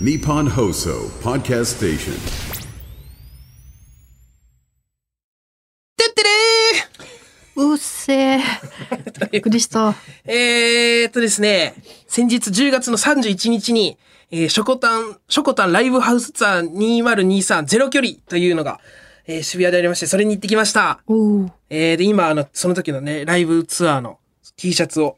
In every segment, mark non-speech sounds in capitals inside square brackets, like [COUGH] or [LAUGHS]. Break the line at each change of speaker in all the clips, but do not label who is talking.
Nippon Hoso Podcast Station.
てってれ
うっ
[LAUGHS]
せえ。びっくりした。
ーえーっとですね、先日10月の31日に、えー、ショコタン、ショコタンライブハウスツアー2023ゼロ距離というのが、えー渋谷でありまして、それに行ってきました。
おお。
えーで、今、あの、その時のね、ライブツアーの T シャツを、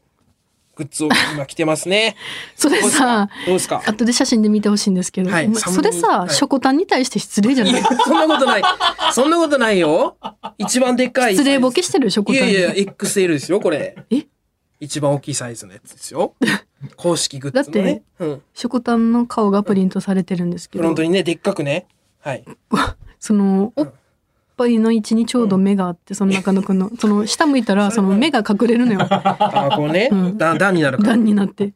グッズを今着てます
[LAUGHS]
ね。
それさ、
どうですかどうですか
後で写真で見てほしいんですけど、
はい
お前
寒い
それさ、
はい
ショコタンに対して失礼じゃないい
やそんなことない。そんなことないよ。一番でっかい。
失礼ボケしてるショコ
い
タン
や
に。
いや、XL ですよ、これ。
え
一番大きいサイズのやつです
[LAUGHS]
よ。公式グッズのね。うん。
ショコタンの顔がプリントされてるんですけ
フロ
ど
ント、にね、でっかくね。はい。
その、おっぱいの位置にちょうど目があって、その中野くんの、その下向いたら、その目が隠れる
[LAUGHS]
のよ。
タバコをね
う、ん
段、段になるから。
段になって。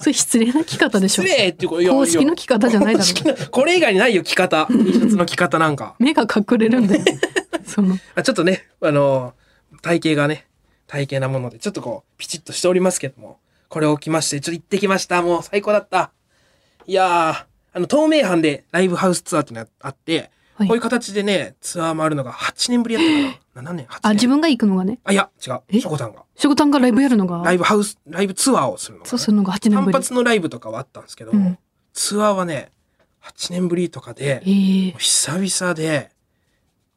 それ失礼な着方でしょ
失。礼ってこういや
公式の着方じゃないだ
公
ろ。
式のこれ以外にないよ、着
[LAUGHS]
方。T シャツの着方なんか。
目が隠れるんだよ。その、
あちょっとね、あのー体型がね、体型なもので、ちょっとこう、ピチッとしておりますけども、これを着まして、ちょっと行ってきました。もう最高だった。いやー、あの、透明版でライブハウスツアーってのがあって、
はい
こういう形でね、ツアー回るのが8年ぶりやったか
[GASPS]
な。7年、8年。
あ、自分が行くのがね、
あ、いや、違う。
え
しょこたんが。
ショコタンがライブやるのが、
ライブハウス、ライブツアーをするのが、ね。
そうするのが8年ぶ
単
り。
発のライブとかはあったんですけど、
うん
ツアーはね、8年ぶりとかで、
ええ
久々で、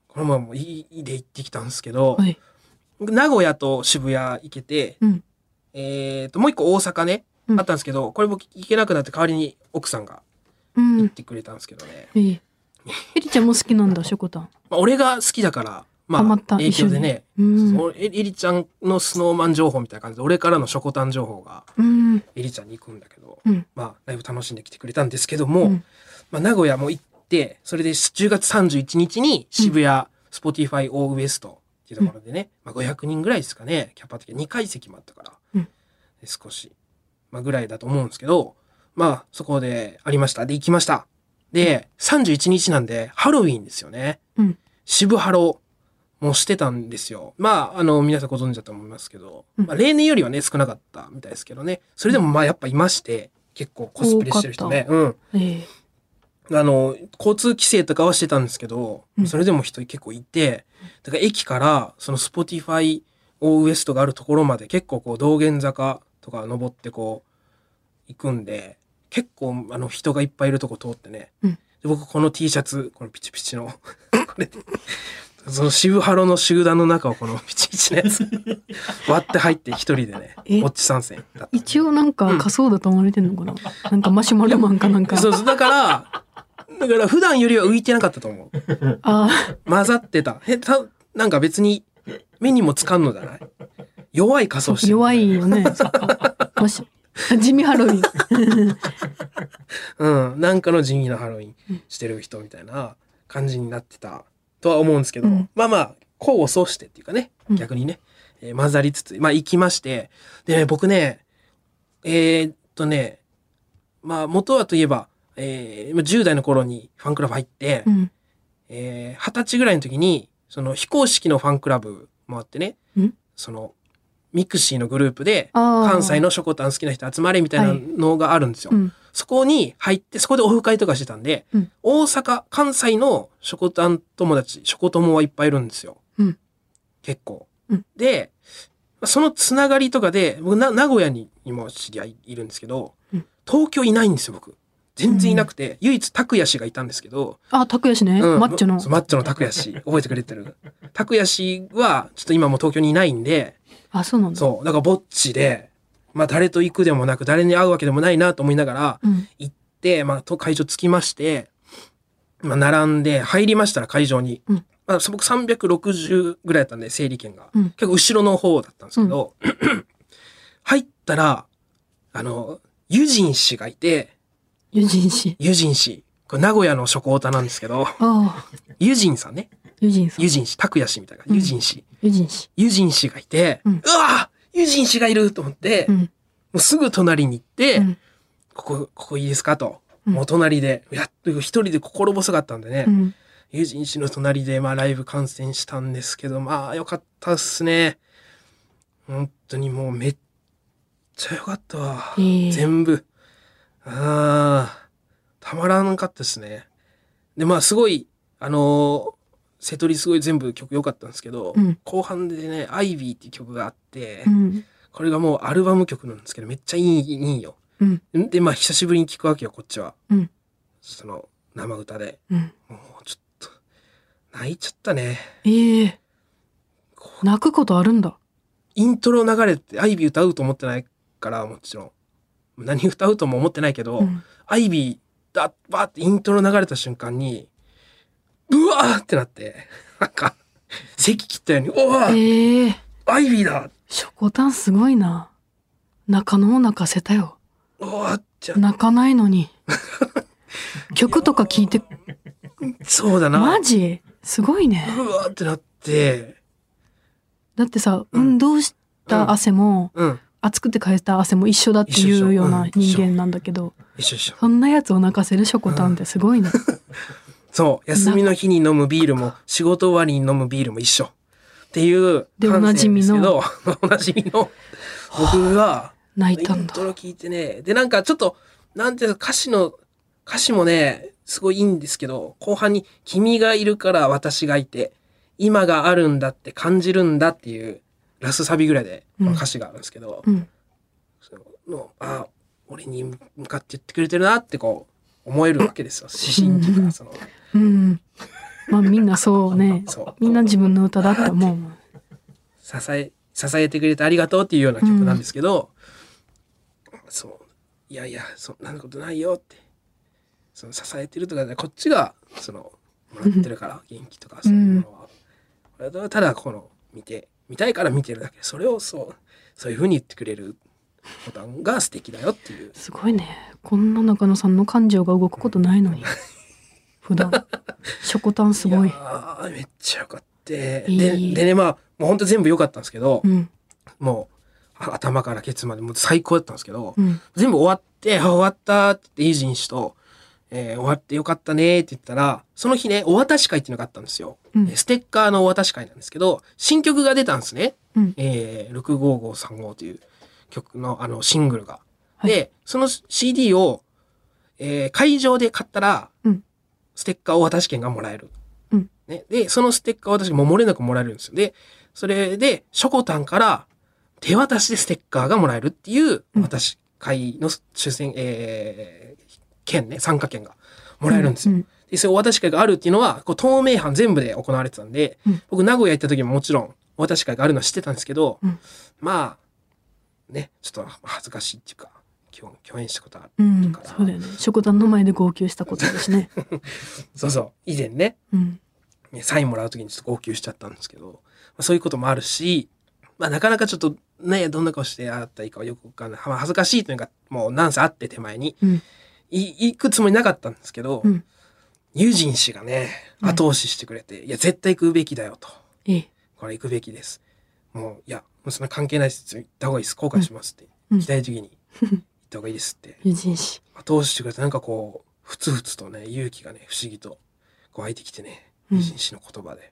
このままもういいで行ってきたんですけど、
はい。
名古屋と渋谷行けて、
うん。
えー、と、もう一個大阪ね、
うん
あったんですけど、これ僕行けなくなって代わりに奥さんが
う
行っ
ん。
てくれたんですけどね。
ええ。エリちゃんも好きなん
[LAUGHS]
だ、ショコタン。
まあ、俺が好きだから、ま
ハマ
あ、
った
影響でね、
一緒にうん
そのえりちゃんのスノーマン情報みたいな感じで、俺からのショコタン情報が
うん。
えりちゃんに行くんだけど、
うん。
まあ、ライブ楽しんできてくれたんですけども、
うん
まあ、名古屋も行って、それで10月31日に渋谷、スポティファイオーウエストっていうところでね、まあ、500人ぐらいですかね、キャパ的に2階席もあったから、
うん
で少し、まあ、ぐらいだと思うんですけど、まあ、そこでありました。で、行きました。で、31日なんで、ハロウィーンですよね。
うん。
渋ハロもしてたんですよ。まあ、あの、皆さんご存知だと思いますけど、
うん
まあ、例年よりはね、少なかったみたいですけどね。それでもまあ、やっぱいまして、結構コスプレしてる人ね。うん。
ええ。
あの、交通規制とかはしてたんですけど、
うん
それでも人結構いて、だから駅から、そのスポティファイオーウエストがあるところまで結構こう道玄坂とか登ってこう、行くんで、結構あの人がいっぱいいるとこ通ってね。
うん
で僕この T シャツ、このピチピチの、これ、その渋ハロの集団の中をこの [LAUGHS] ピチピチのやつ、割って入って一人でね、ウ
え
ォッチ参戦だった。
一応なんか仮想だと思われてんのかな、なんかマシュマロマンかなんか。
そうそう、だから、だから普段よりは浮いてなかったと思う。
あ
混ざってた。え、た、なんか別に目にもつかんのじゃない弱い仮装して
あ、
る
弱い
[LAUGHS]
よね。そっかマシュ地味ハロウィン。
うん。なんかの地味なハロウィンしてる人みたいな感じになってたとは思うんですけど、
うん
まあまあ、功を奏してっていうかね、
うん
逆にね、えー混ざりつつ、まあ行きまして、でね、僕ね、えーっとね、まあ元はといえば、えー、まあ10代の頃にファンクラブ入って、
うん。
えー二十歳ぐらいの時に、その非公式のファンクラブもあってね
ん、
その、ミクシーのグループで、
あー
関西のショコタン好きな人集まれみたいなのがあるんですよ。
うん。
そこに入って、そこでオフ会とかしてたんで、
うん
大阪、関西のショコタン友達、ショコ友はいっぱいいるんですよ。
うん
結構。
うん
で、そのつながりとかで、僕な、名古屋ににも知り合いいるんですけど、
うん
東京いないんですよ、僕。全然いなくて、唯一拓也氏がいたんですけど、
あ、拓也氏ね、
うん
マッチョの
そう。マッチョの拓也氏。覚えてくれてる。拓也氏は、ちょっと今もう東京にいないんで、
あ、そうなんだ。
そう、だからぼっちで、まあ誰と行くでもなく、誰に会うわけでもないなと思いながら、
うん。
行って、まあと会場着きまして、まあ並んで、入りましたら会場に。
うん
まあそ僕360ぐらいだったんで、整理券が。
うん
結構後ろの方だったんですけ
[CLEARS THROAT]
ど、入ったら、あの、ユジン氏がいて、
友人氏。
ユジン氏。これ名古屋の初高太なんですけど、
ああ、
ユジンさんね。
友人さん。
ユジン氏、拓也氏みたいな、ユジン氏、
友人氏。
ユジン氏がいて、う
うん
わユジン氏がいると思って、
う
も
ん。
うすぐ隣に行って、
うん
ここ、ここいいですかと。
うん
もう隣で、やっと一人で心細かったんでね、
うん。
ユジン氏の隣で、まあライブ観戦したんですけど、まあよかったっすね。本当にもうめっちゃよかったわ。
ええ
全部。ああ、たまらんかったですね。で、まあ、すごい、あのー、セトリすごい全部曲良かったんですけど、
うん
後半でね、アイビーっていう曲があって、
うん
これがもうアルバム曲なんですけど、めっちゃいい、いいよ。
うん
で、まあ、久しぶりに聞くわけよ、こっちは。
うん
その、生歌で。
うん
もう、ちょっと、泣いちゃったね。
ええ
こう
泣くことあるんだ
イントロ流れて、アイビー歌うと思ってないから、もちろん。何歌うとも思ってないけど、
うん
アイビーだ、バーってイントロ流れた瞬間に、うわーってなって、なんか、咳切ったように、うわー、
ええ
アイビーだ
ショコタンすごいな中野を泣かせたよ
うわーじゃ
泣かない
[LAUGHS]
のに曲とか聞いて
そうだな。
マジすごいね
うわーってなって、
だってさ
うん
運動した汗も
うん、
暑くて返した汗も一緒だってい
一緒一緒
うような
うん
人間なんだけど
一緒一緒。
そんなやつを泣かせるショコタンってすご
[LAUGHS]
いね
そう、休みの日に飲むビールも、仕事終わりに飲むビールも一緒。っていう、
で
感性
おなじみ
です
の
けど [LAUGHS] おなじみの、僕が、
泣いた
イ
ん
ン
だ
トロ聞いてね。で、なんかちょっと、なんていうの歌詞の、歌詞もね、すごいいいんですけど、後半に、君がいるから私がいて、今があるんだって感じるんだっていう、ラスサビぐらいで、この歌詞があるんですけど、
うん
そののあ俺に向かって言ってくれてるなってこう、思えるわけですよ。指針っていうか、その、
うんまあみんなそうね
[LAUGHS] そう
みんな自分の歌だって思うもん
支え、支えてくれてありがとうっていうような曲なんですけど、そう、いやいや、そんなことないよって、その支えてるとかじゃないこっちが、その、もらってる
[LAUGHS]
から、元気とか、そういうのは。俺はただ、この、見て、見たいから見てるだけそれをそう、そういうふうに言ってくれるボタンが素敵だよっていう。
すごいねこんな中野さんの感情が動くことない
[LAUGHS]
のに普段ショコタンすごい
やーめっちゃよかった。で、
いい
でね、まあ、もう本当全部良かったんですけど
う、ん
もう、あ頭からケツまで、もう最高だったんですけど、
うん
全部終わって、あ、終わったって言って、イージン氏と、えー終わってよかったねって言ったら、その日ね、お渡し会っていうのがあったんですよ。
うん
えーステッカーのお渡し会なんですけど、新曲が出たんですね。
うん
えー、65535という曲の、あの、シングルが。
はい
で、その CD を、えー会場で買ったら、
うん
ステッカーお渡し券がもらえる。
うん
ね、で、そのステッカーを私も漏れなくもらえるんですよ。で、それで、ショコタンから手渡しでステッカーがもらえるっていう、
うん
私、会の抽選、えー、券ね、参加券がもらえるんですよ。
うん
で、それお渡し会があるっていうのは、こう、透明版全部で行われてたんで、
うん
僕、名古屋行った時ももちろん、お渡し会があるのは知ってたんですけど、
うん
まあ、ね、ちょっと恥ずかしいっていうか、共共演したことある。
うん
から
そうだよねショコタンの
[LAUGHS]
前で号泣したことだしね
そうそう、以前ね、
うん
ねサインもらう時にちょっと号泣しちゃったんですけど、まあ、そういうこともあるし、まあ、なかなかちょっとね、どんな顔してあったらいいかはよくわかんない。まあ恥ずかしいというか、もうなんせあって手前に、
うん
い行くつもりなかったんですけど、
うん
友人氏がね、
うん
後押ししてくれて、いや、絶対行くべきだよと。
ええ
これ行くべきです。もう、いや、もうそんな関係ないです。行った方がいいです。後悔しますって。
うん
行きたい時に行った方がいいですって。
友人誌
後押ししてくれて、なんかこう、ふつふつとね、勇気がね、不思議と、こう湧いてきてね、
うん
友人氏の言葉で。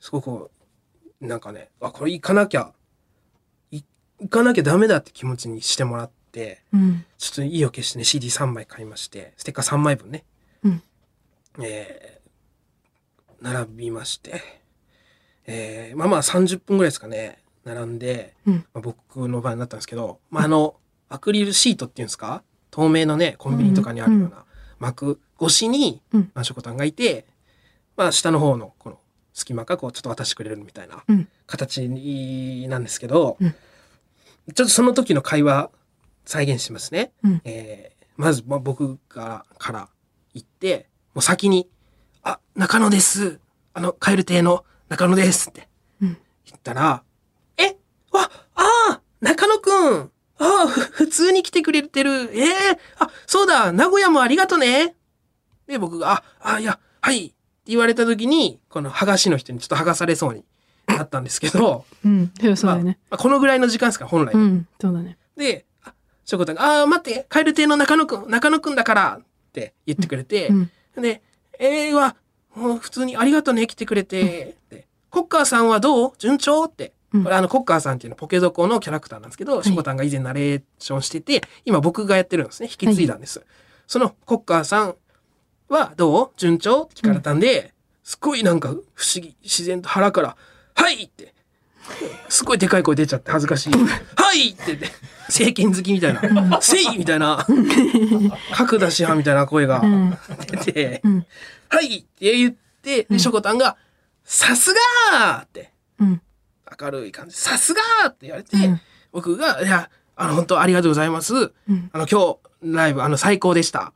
すごくこう、なんかね、あ、これ行かなきゃ、い行かなきゃダメだって気持ちにしてもらって、
うん
ちょっと意を決してね、CD3 枚買いまして、ステッカー3枚分ね、
うん
えー並びまして、えーまあまあ30分ぐらいですかね、並んで、
うん
まあ、僕の場合になったんですけど、まあ、あの、アクリルシートっていうんですか透明のね、コンビニとかにあるような膜越しに、
うん
まあ、ショコタンがいて、まあ、下の方の、この、隙間がこう、ちょっと渡してくれるみたいな
うん
形になんですけど、
うん
ちょっとその時の会話、再現しますね。
うん
えーまず、まあ、僕から、から行って、もう先に、あ、中野です。あの、カエル亭の中野ですって
うん
言ったら、えわ、ああ中野くんああ、ふ普通に来てくれてる。ええあ、そうだ、名古屋もありがとね。で、僕が、あ、あ、いや、はい、って言われた時に、この剥がしの人にちょっと剥がされそうになったんですけど、 [LAUGHS]
うんそうそうだよね
まあこのぐらいの時間ですから、本来
う。んそうだね
で、あ、しょこたんが、あー待って、カエル亭の中野くん、中野くんだからって言ってくれて、
うん
で、えー、は、もう普通にありがとね、来てくれて、で、コッカーさんはどう順調って
うん
これあの、コッカーさんっていうのはポケゾコのキャラクターなんですけど、
い
しょこたんが以前ナレーションしてて、今僕がやってるんですね。引き継いだんです。そのコッカーさんはどう順調って聞かれたんで、すごいなんか不思議、自然と腹から、はいって、すごいでかい声出ちゃって恥ずかしい。はいって言って、政権好きみたいな、せいみたいな、角田師範みたいな声が
うん
出て、
うん
はいって言って、で、しょこたんが、さすがーって。
うん
明るい感じ、さすがーって言われて、
うん
僕が、いや、あの、本当ありがとうございます。
うん
あの、今日、ライブ、あの、最高でした。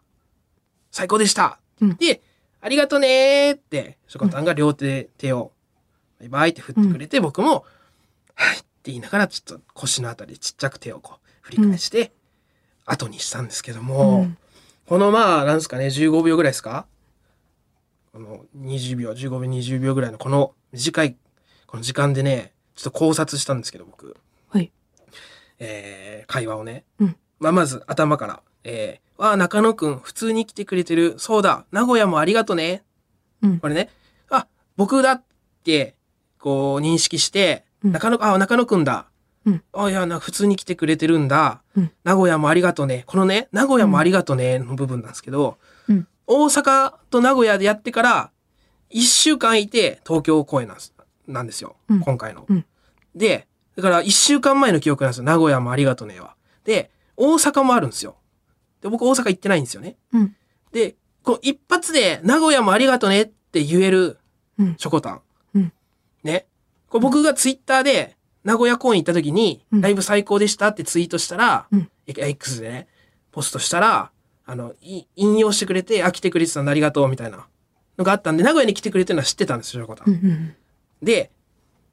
最高でした。
うん
で、ありがとねーって、しょこたんが両手、手を、バイバイって振ってくれて、僕も、はいって言いながら、ちょっと腰のあたりでちっちゃく手をこう、振り返して、後にしたんですけども、
うん
このまあ、なんですかね、15秒ぐらいですかこの20秒、15秒、20秒ぐらいのこの短い、この時間でね、ちょっと考察したんですけど、僕。
はい
えー会話をね。
うん
まあ、まず頭から、えー、わあ、中野くん、普通に来てくれてる。そうだ、名古屋もありがとね。
うん
これね、あ、僕だって、こう、認識して、
うん
中野、あ、中野くんだ。
うん
あ、いや、な、普通に来てくれてるんだ。
うん
名古屋もありがとね。このね、名古屋もありがとね、の部分なんですけど、
うん
大阪と名古屋でやってから、一週間いて東京公演なんですなんですよ。
うん
今回の。
うん
で、だから一週間前の記憶なんですよ。名古屋もありがとねは。で、大阪もあるんですよ。で、僕大阪行ってないんですよね。
うん
で、こう一発で名古屋もありがとねって言える
うん
チョコタン。
うん
ね。これ僕がツイッターで名古屋公演行った時に、
うん
ライブ最高でしたってツイートしたら、
うん
X でね、ポストしたら、あの、い引用してくれて、あ、来てくれてたんだ、ありがとう、みたいなのがあったんで、名古屋に来てくれてるのは知ってたんですよ、しょこたん
うんうん
で、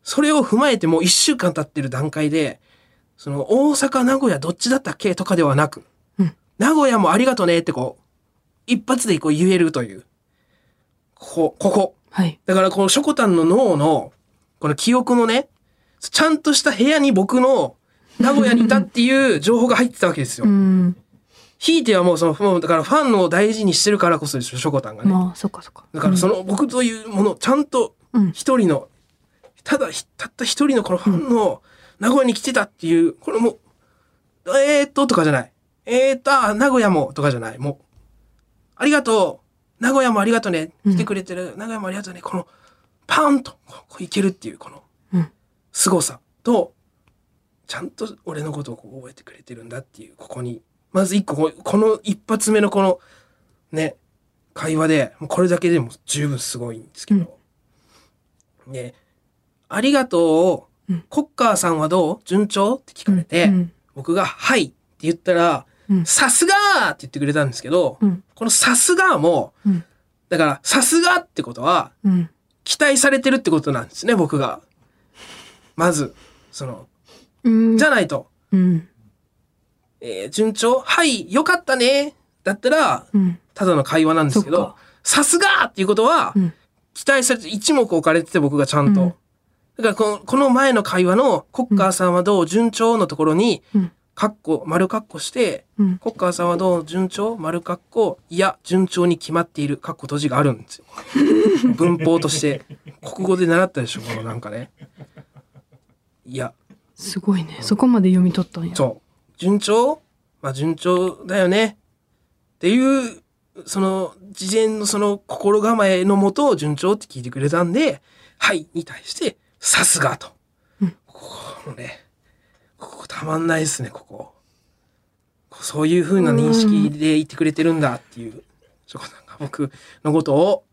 それを踏まえてもう一週間経ってる段階で、その大阪、名古屋どっちだったっけとかではなく、
うん
名古屋もありがとねってこう、一発でこう言えるという。ここ、ここ。
はい
だからこのショコタンの脳の、この記憶のね、ちゃんとした部屋に僕の名古屋にいたっていう情報が入ってたわけですよ
う。ん
ひいてはもうその、もうだからファンを大事にしてるからこそでしょ、ショコタンがね。
まあそっかそっか
だからその僕というものをちゃんと
うん
一人の、ただひたった一人のこのファンの名古屋に来てたっていう、これもう、えー、っととかじゃない。えー、っと、あ名古屋もとかじゃない。もう、ありがとう。名古屋もありがとうね。
うん
来てくれてる。名古屋もありがとうね。この、パーンとこうこういけるっていう、この
うん、
凄さと、ちゃんと俺のことをこう覚えてくれてるんだっていう、ここに、まず一個、こうこの一発目のこの、ね、会話で、もうこれだけでも十分すごいんですけど。ね、ありがとうを、
うん
コッカーさんはどう順調って聞かれて、
うん
僕が、はいって言ったら、
うん
さすがーって言ってくれたんですけど、
うん
このさすがも、
うん
だから、さすがってことは、
うん
期待されてるってことなんですね、僕が。まず、その、
うん
じゃないと、
うん
えー順調はい、よかったねだったら、
うん
ただの会話なんですけ
そっ
ど
か、
さすがっていうことは、
うん
期待されて、一目置かれてて僕がちゃんと。
うん
だからこの、この前の会話の、コッカーさんはどう順調のところに、
うん
カッコ、丸カッコして、
うん
コッカーさんはどう順調丸カッコ、いや、順調に決まっている、カッコ閉じがあるん
[LAUGHS]
ですよ。文法として。国語で習ったでしょ、このなんかね。いや、
すごいねそこまで読み取ったんや
そう。順調まあ順調だよね。っていう、その、事前のその心構えのもと、順調って聞いてくれたんで、はいに対して、さすがと。
うん
これ、ここたまんないですね、ここ。こうそういう風な認識で言ってくれてるんだっていう、そこなんか僕のことを、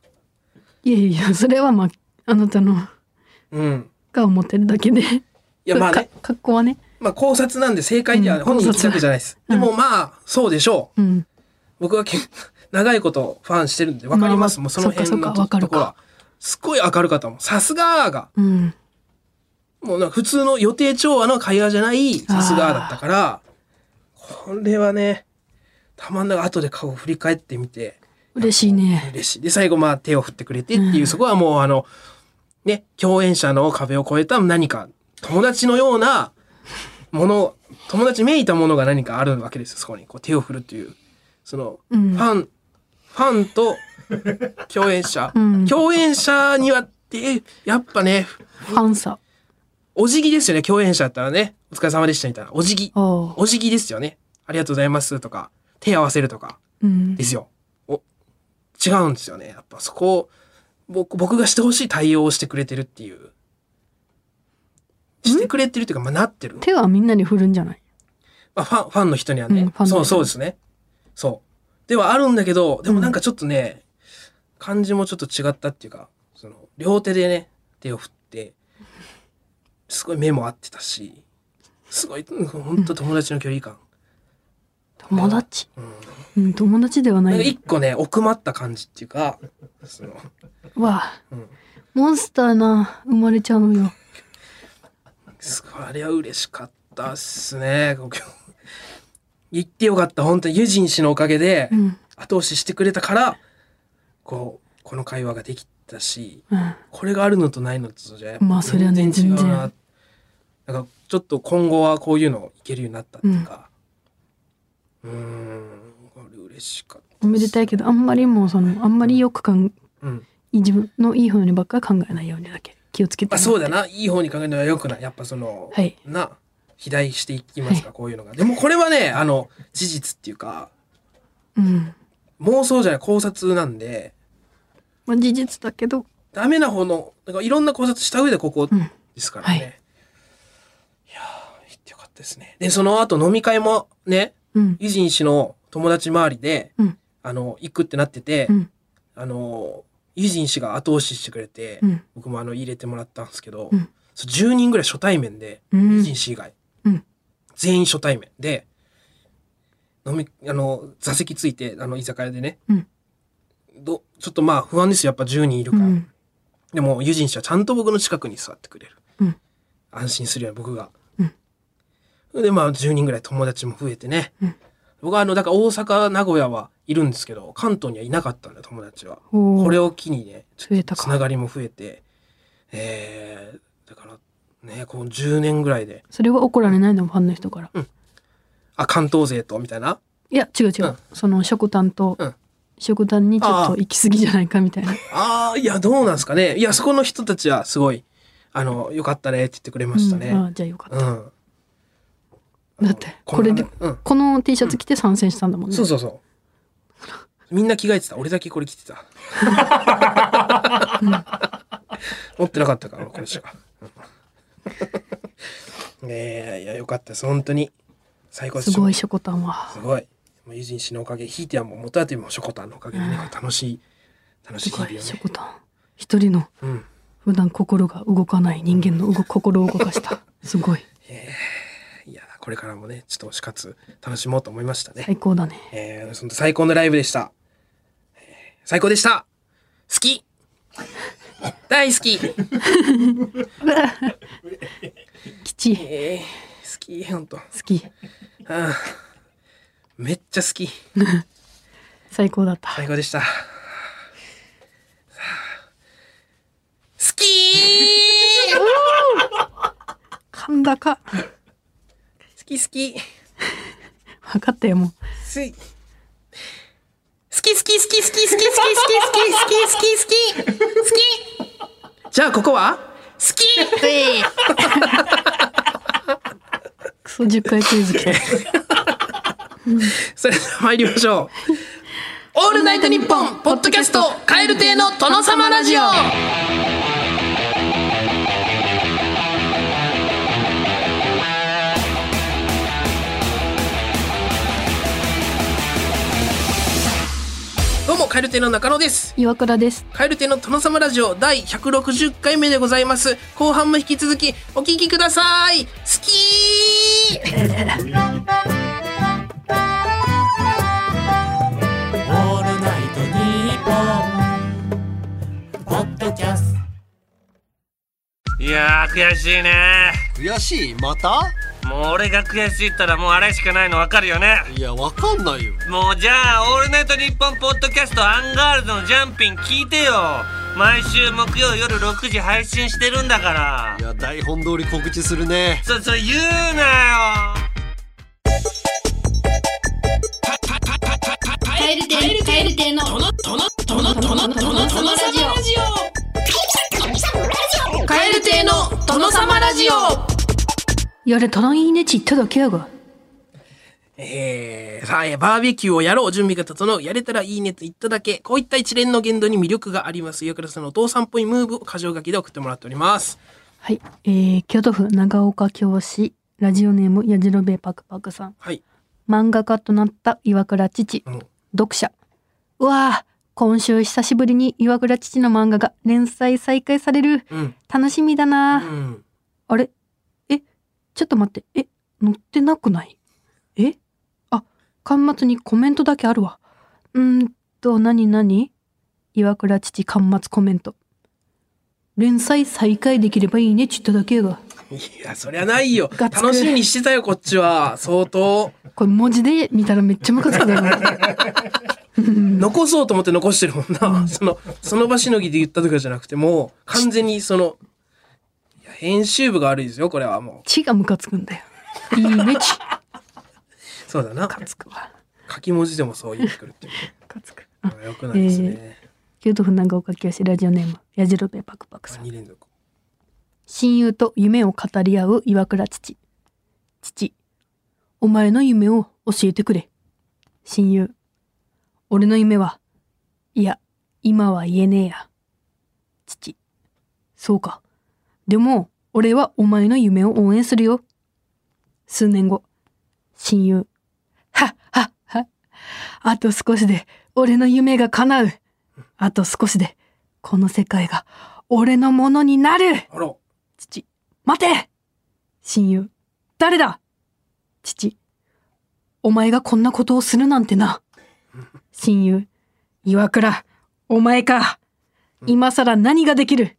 いやいやそれはまああなたの
うん。
が思ってるだけで
いや、まあね、
か格好はね
まあ考察なんで正解では、
うん
本人聞きたくじゃないです。
う
で
ん
もまあ、そうでしょう。
うん
僕はけ [LAUGHS] 長いことファンしてるんで分かります、
まあ
もうその辺
そっかそ
のと
っか分か
と
るか
ころはすっごい明るかったもんさすがーが
うん
もうなんか普通の予定調和の会話じゃないさすがーだったからこれはねたまんなく後で顔を振り返ってみて
嬉しいね
嬉しいで最後まあ手を振ってくれてっていう、
うん
そこはもうあのね共演者の壁を越えた何か友達のようなもの友達めいたものが何かあるわけですよそこにこう手を振るというその
うん
ファン、ファンと共演者。
[LAUGHS] うん
共演者にはって、やっぱね、
ファンさ
お辞儀ですよね、共演者だったらね。お疲れ様でしたみたいな。お辞儀。
ああ。
お辞儀ですよね。ありがとうございますとか、手合わせるとか
うん
で。すよ。お、違うんですよね。やっぱそこを、僕僕がしてほしい対応をしてくれてるっていう。してくれてるっていうか、まあ、なってる。
手はみんなに振るんじゃない
まあ、ファン、ファンの人にはね。
うんファンの人
そう、そうですね。そう。ではあるんだけど、でもなんかちょっとね、感じもちょっと違ったっていうか、その、両手でね、手を振って、すごい目も合ってたし、すごい、うん本当友達の距離感。
友達うん、友達ではな
なんか
い。
一個ね、奥まった感じっていうか、その、
わあ。モンスターな、生まれちゃうのよ。
すごいあれは嬉しかったっすね、僕行ってよかった、本当にユジン氏のおかげで
う、ん。
後押ししてくれたから、こう、この会話ができたし、
うん。
これがあるのとないのとじゃ、
まあそれはね
違う
全
な
然。
なんか、ちょっと今後はこういうのいけるようになったっていうか、うーん、これ嬉しかった。
おめでたいけど、あんまりもうその、あんまりよくかん、
うん。
自分のいい方にばっか考えないようにだけ気をつけて。
まあそうだ。な、いい方に考えるのは良くない。やっぱその、
はい。
な、肥大していきますか、こういうのが。でもこれはね、あの、事実っていうか、
うん。
妄想じゃない考察なんで、
まあ事実だけど、
ダメな方の、なんかいろんな考察した上でここ
うん。
ですからね。
はい
い、やー、行ってよかったですね。で、その後飲み会もね、
うん。
友人氏の友達周りで、
うん
あの、行くってなってて、
うん。
あの、友人氏が後押ししてくれて、
うん。
僕もあの、入れてもらったんですけど、
うん
そう10人ぐらい初対面で、
うん
友人氏以外、
うん
全員初対面で、飲み、あの、座席ついて、あの、居酒屋でね、
うん
どちょっとまあ不安ですよ、やっぱ10人いるから。
うん
でも、友人氏はちゃんと僕の近くに座ってくれる。
うん
安心するよ、僕が。
うん
で、まあ、10人ぐらい友達も増えてね。
うん
僕は、あの、だから大阪、名古屋はいるんですけど、関東にはいなかったんだよ、友達は。
おー
これを機にね、ち
増
ょ
え
ったと
か
つながりも増えて、えー、だから、ね、この10年ぐらいで、
それは怒られないのファンの人から。
あ、関東勢と、みたいな。
いや、違う違う。
うん
その、しょこたんと、
うん
しょこたんにちょっ
ああ
と行き過ぎじゃないかみたいな。
ああ、いや、どうなんですかね。いや、そこの人たちは、すごい、あの、よかったねって言ってくれましたね。
うんああじゃあよかっ
うん。
た。だって、これで、
んなうん。
この T シャツ着て参戦したんだもんね。
そうそうそう。みんな着替えてた。俺だけこれ着てた。持ってなかったから、これしか。うんねえ、いや、よかったです。本当に。最高ですす。
ごいしょこたんは。
すごい。もう友人氏のおかげ、ひいてはもう元はというよりもしょこたんのおかげでね、楽しい、楽しい
す
日
ご
々を
いしょ
ね。
こたん。一人の
うん。
普段心が動かない人間の動心を動かした。すごい。
いや、これからもね、ちょっと推し活楽しもうと思いましたね。
最高だね。
えー、本当最高のライブでした。えー最高でした好き大好き
きちい。
えー、好き、ほんと。
好き。
あーめっちゃ好き。
最高だった。
最高でした。はあ好きー
神高。わ
好き好き。
かったよ、もう。
すい。好き好き好き好き好き好き好き好き好き好き好き好きじゃあここは好き
クソ10回クイズ来た。
それでは参りましょう。 [LAUGHS] オールナイトニッポンポッドキャスト蛙亭の殿様ラジオどうも蛙亭の中野です。
岩倉です。
蛙亭の殿様ラジオ第160回目でございます。後半も引き続きお聞きください。好きー
オールナイトニッポン」ポッドキャスト
いやー悔しいね
悔しいまた
もう俺が悔しいったらもうあれしかないの分かるよね
いやわかんないよ
もうじゃあ「オールナイトニッポン」ポッドキャストアンガールズのジャンピン聞いてよ毎週木曜夜6時配信してるんだから
いや台本通り告知するね
そそれ言うなよ
カエル亭カエル亭のトノトノトノトノトノトノラジオカエル亭のトノ様ララジオ
やれ、トランイネチ行っただけやが。
えー、さあ、えーバーベキューをやろう、準備が整う、やれたらいいねと言っただけ、こういった一連の言動に魅力があります。岩倉さんのお父さんっぽいムーブを箇条書きで送ってもらっております。
はい。えー、京都府長岡京市、ラジオネーム、やじろべえパクパクさん。
はい。
漫画家となった岩倉父、
うん
読者うわー今週久しぶりに岩倉父の漫画が連載再開される
うん。
楽しみだ
う
な、
ん。
あれえちょっと待ってえ載ってなくないえあ巻末にコメントだけあるわうーんと何何岩倉父巻末コメント連載再開できればいいねちっただけが
いや、そりゃないよ。
ガツく
楽しみにしてたよ、こっちは。相当。
これ文字で見たらめっちゃムカつくだよ [LAUGHS]
残そうと思って残してるもんな。その、その場しのぎで言ったとかじゃなくて、もう、完全にその、いや編集部が悪いですよ、これはも
血がムカつくんだよいいねち
う。そうだな。
つくわ
書き文字でもそう言ってくる
[LAUGHS]
っていう
ムカつくあ
のは良くないですね。
京都府長岡京市ラジオネームやじろべえパクパクさん
2連続。
親友と夢を語り合う岩倉父父お前の夢を教えてくれ親友俺の夢はいや今は言えねえや父そうかでも俺はお前の夢を応援するよ数年後親友はっはっはあと少しで俺の夢が叶うあと少しでこの世界が俺のものになる
あら。
父、待て親友、誰だ父、お前がこんなことをするなんてな。親友、岩倉、お前か。今さら何ができる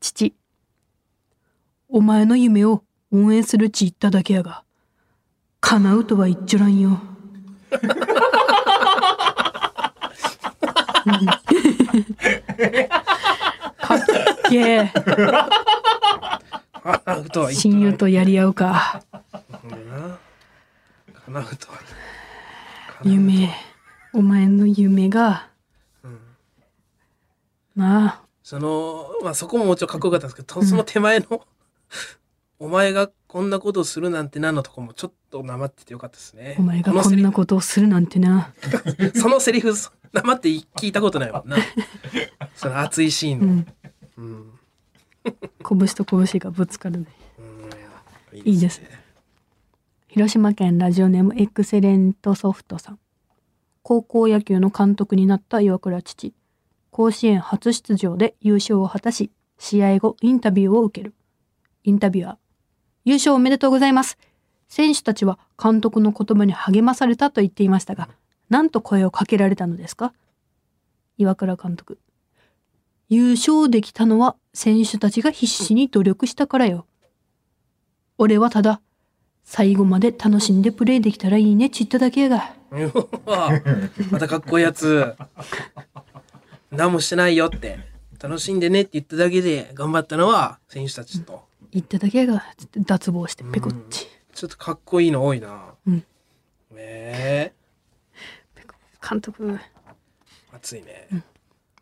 父、お前の夢を応援するち言っただけやが、叶うとは言っちょらんよ。 [LAUGHS] かっけえ。
叶うとは言って
親友とやり合うか
叶うとは
夢お前の夢が、なあ
その、まあ、そこももちろんかっこよかったんですけど、とその手前の、お前がこんなことをするなんてなのとこもちょっとなまっててよかったですね。
お前がこ
セ
ん
リ
な
フ
ことをするなんてな
そのセリフ、なまって聞いたことないもん
[LAUGHS]
な。その熱いシーンの。
拳と拳がぶつかるねいいですね広島県ラジオネームエクセレントソフトさん高校野球の監督になった岩倉父甲子園初出場で優勝を果たし試合後インタビューを受けるインタビュアー優勝おめでとうございます選手たちは監督の言葉に励まされたと言っていましたがなんと声をかけられたのですか岩倉監督優勝できたのは選手たちが必死に努力したからよ。俺はただ、最後まで楽しんでプレイできたらいいねちっただけやが。
うわまたかっこいいやつ。何もしてないよって。楽しんでねって言っただけで頑張ったのは選手たちと。
言っただけやが。つって脱帽してペコッチ。
ちょっとかっこいいの多いな。
うん
ねえ
監督。
熱いね。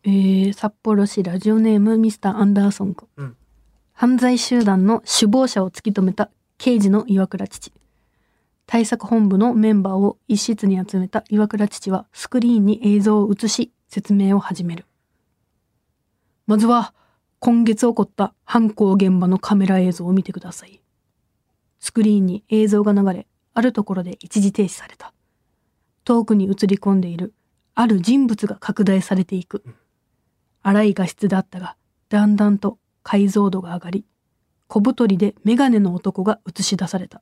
えー、札幌市ラジオネームミスター・アンダーソン君、
うん
犯罪集団の首謀者を突き止めた刑事の岩倉父対策本部のメンバーを一室に集めた岩倉父はスクリーンに映像を映し説明を始めるまずは今月起こった犯行現場のカメラ映像を見てくださいスクリーンに映像が流れあるところで一時停止された遠くに映り込んでいるある人物が拡大されていく荒い画質だったが、だんだんと解像度が上がり、小太りでメガネの男が映し出された。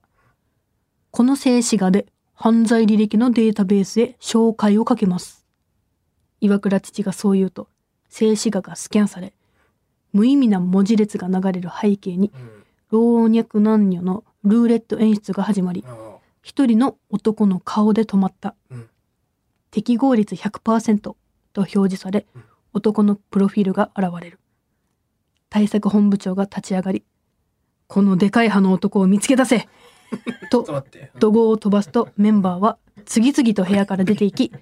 この静止画で犯罪履歴のデータベースへ紹介をかけます。岩倉父がそう言うと、静止画がスキャンされ、無意味な文字列が流れる背景に、老若男女のルーレット演出が始まり、
あ
一人の男の顔で止まった、
うん
適合率100%と表示され、男のプロフィールが現れる対策本部長が立ち上がり「このでかい歯の男を見つけ出せ!」
ちょ
と
っと待って。
怒号を飛ばすとメンバーは次々と部屋から出ていき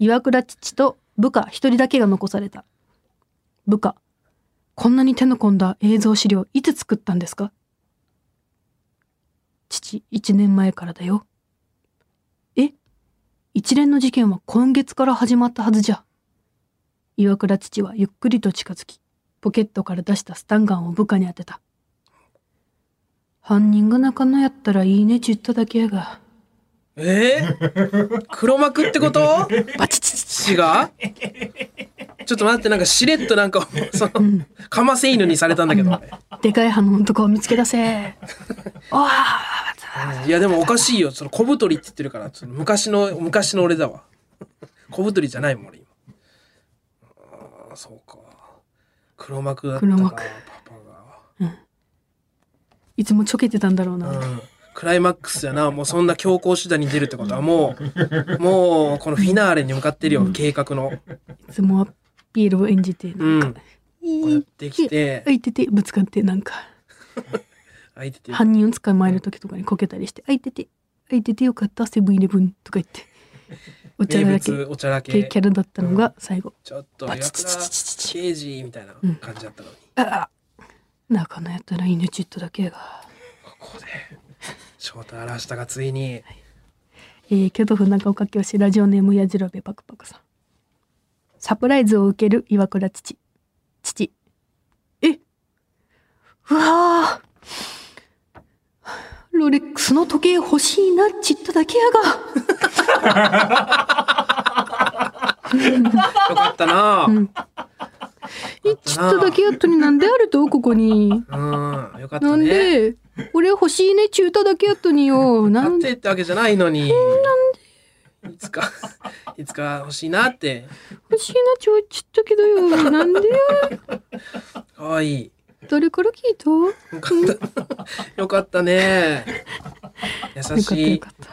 岩倉父と部下一人だけが残された部下こんなに手の込んだ映像資料いつ作ったんですか父、一年前からだよ。え一連の事件は今月から始まったはずじゃ。岩倉父はゆっくりと近づき、ポケットから出したスタンガンを部下に当てた。犯人が仲間やったらいいねち言っただけやが。
えー、黒幕ってこと
バチチチチ
違がちょっと待って、なんかしれっとなんか、その、かませ犬にされたんだけど。
でかい歯の男を見つけ出 [LAUGHS] せ。おあ
いや、でもおかしいよ。その小太りって言ってるから、その昔の、昔の俺だわ。小太りじゃないもん、俺今。ああ、そうか。黒幕だったか
黒幕
パ
いつもちょけてたんだろう
パ
な。
が。うん。クライマックスやな。もうそんな強行手段に出るってことは、もう、もう、このフィナーレに向かってるよ、計画の。
いつもアピールを演じて、な
うんん。こ
か、いう
やっ
い、
てきて、
開いてて、ぶつかって、なんか、
相手て
犯人を捕まえる時とかにこけたりして、開いてて、開いててよかった、セブンイレブンとか言って、 [LAUGHS] お茶
名
だらけ
物、おちゃら
系
け。
キャラだったのが最後。
ちょっと、
バ
岩倉
チチチチチチ
刑事みたいな感じだったのに。
ああ、仲間やったらいいねち言っただけやが。
ここで、翔太荒下がついに、
えー、京都府長岡京市ラジオネームやじろべパクパクさんサプライズを受ける岩倉父父えうわーロレックスの時計欲しいなっちっただけやが
よかったな
うんえちっただけやったになんであるとここに
うん、よかったね。
なんで俺欲しいねっちゅっただけやったによな
買
ん
っ
で
てってわけじゃないのに。いつか、 [LAUGHS] いつか欲しいなって。
欲しいなっちゅうちったけどよなんでや
かわいい。
誰から聞いた
よかっ
[LAUGHS]
た。よかったね。優
よかった
し
よ
い
かった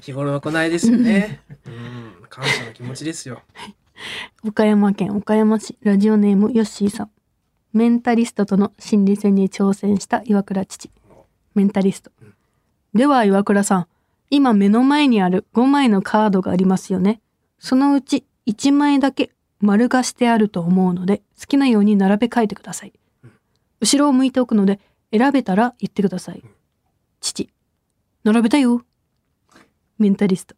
日頃の行いですよね。うん、感謝の気持ちですよ。
岡山県岡山市ラジオネームヨッシーさんメンタリストとの心理戦に挑戦した岩倉父メンタリストでは岩倉さん今目の前にある5枚のカードがありますよねそのうち1枚だけ丸がしてあると思うので好きなように並べ替えてください後ろを向いておくので選べたら言ってください父並べたよメンタリスト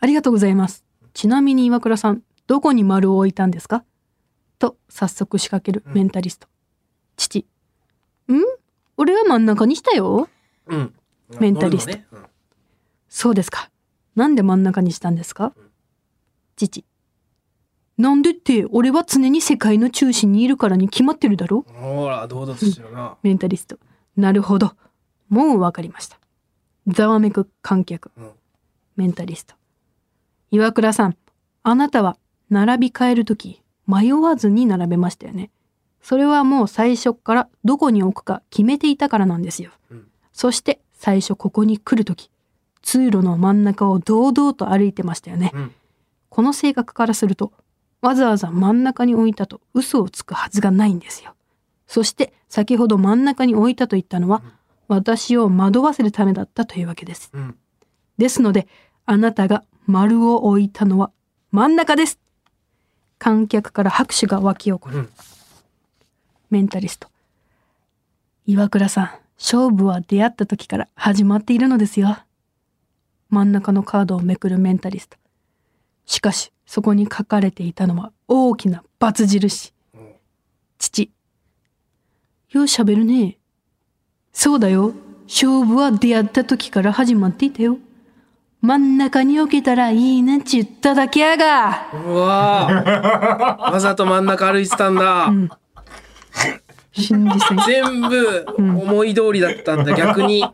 ありがとうございますちなみに岩倉さんどこに丸を置いたんですかと早速仕掛けるメンタリスト、父ん俺は真ん中にしたよ
うん。
メンタリスト
乗るのね
そうですかなんで真ん中にしたんですか父なんでって俺は常に世界の中心にいるからに決まってるだろ
うんほら、堂々としてるな。
メンタリストなるほどもうわかりましたざわめく観客、
うん
メンタリスト岩倉さんあなたは並び替える時迷わずに並べましたよねそれはもう最初からどこに置くか決めていたからなんですよ、
うん
そして最初ここに来る時通路の真ん中を堂々と歩いてましたよね、
うん
この性格からするとわざわざ真ん中に置いたと嘘をつくはずがないんですよそして先ほど真ん中に置いたと言ったのは、私を惑わせるためだったというわけです。
うん
ですので、あなたが丸を置いたのは真ん中です観客から拍手が沸き起こる。
うん
メンタリスト。岩倉さん、勝負は出会った時から始まっているのですよ。真ん中のカードをめくるメンタリスト。しかし、そこに書かれていたのは大きな×印。父。よう喋るね。そうだよ。勝負は出会った時から始まっていたよ。真ん中に置けたらいいなって言っただけやが。
うわーわざと真ん中歩いてたんだ。
信じさん。
全部思い通りだったんだ、逆に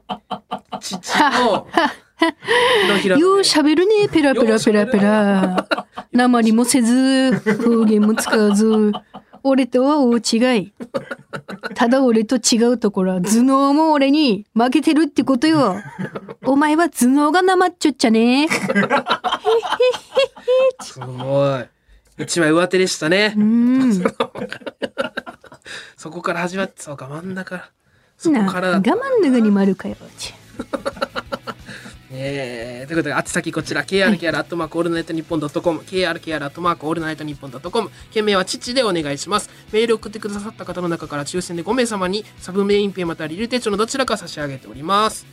父の手のひら
[LAUGHS] よう喋るね、ペラペラペラペラ。鉛もせず、方言も使わず。俺とは大違い。ただ俺と違うところは頭脳も俺に負けてるってことよ。お前は頭脳がなまっちょっちゃね。
すごい一枚上手でしたね、
うん。
そこから始まってそうか真ん中そこ
な
からだ
我
ったね
慢ぬぐに丸かよ。ち
えということで宛先こちら KRKR アットマークオールナイトニッポンドットコム KRKR アットマークオールナイトニッポンドットコム件名は父でお願いしますメールを送ってくださった方の中から抽選で5名様にサブメインペイまたはリル手帳のどちらか差し上げております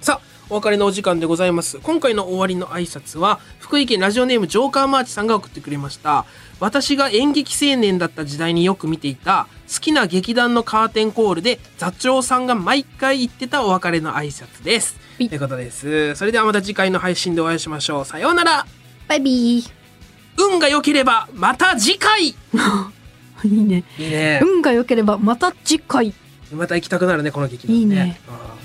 さあ、お別れのお時間でございます。今回の終わりの挨拶は、福井県ラジオネームジョーカーマーチさんが送ってくれました。私が演劇青年だった時代によく見ていた、好きな劇団のカーテンコールで、座長さんが毎回言ってたお別れの挨拶です。と
い
いうことです。それではまた次回の配信でお会いしましょう。さようなら
バイビー。
運が良ければ、また次回い
いいね。
いね。
運が良ければまた次回。
また行きたくなるね、この劇団ね。
いいね
あー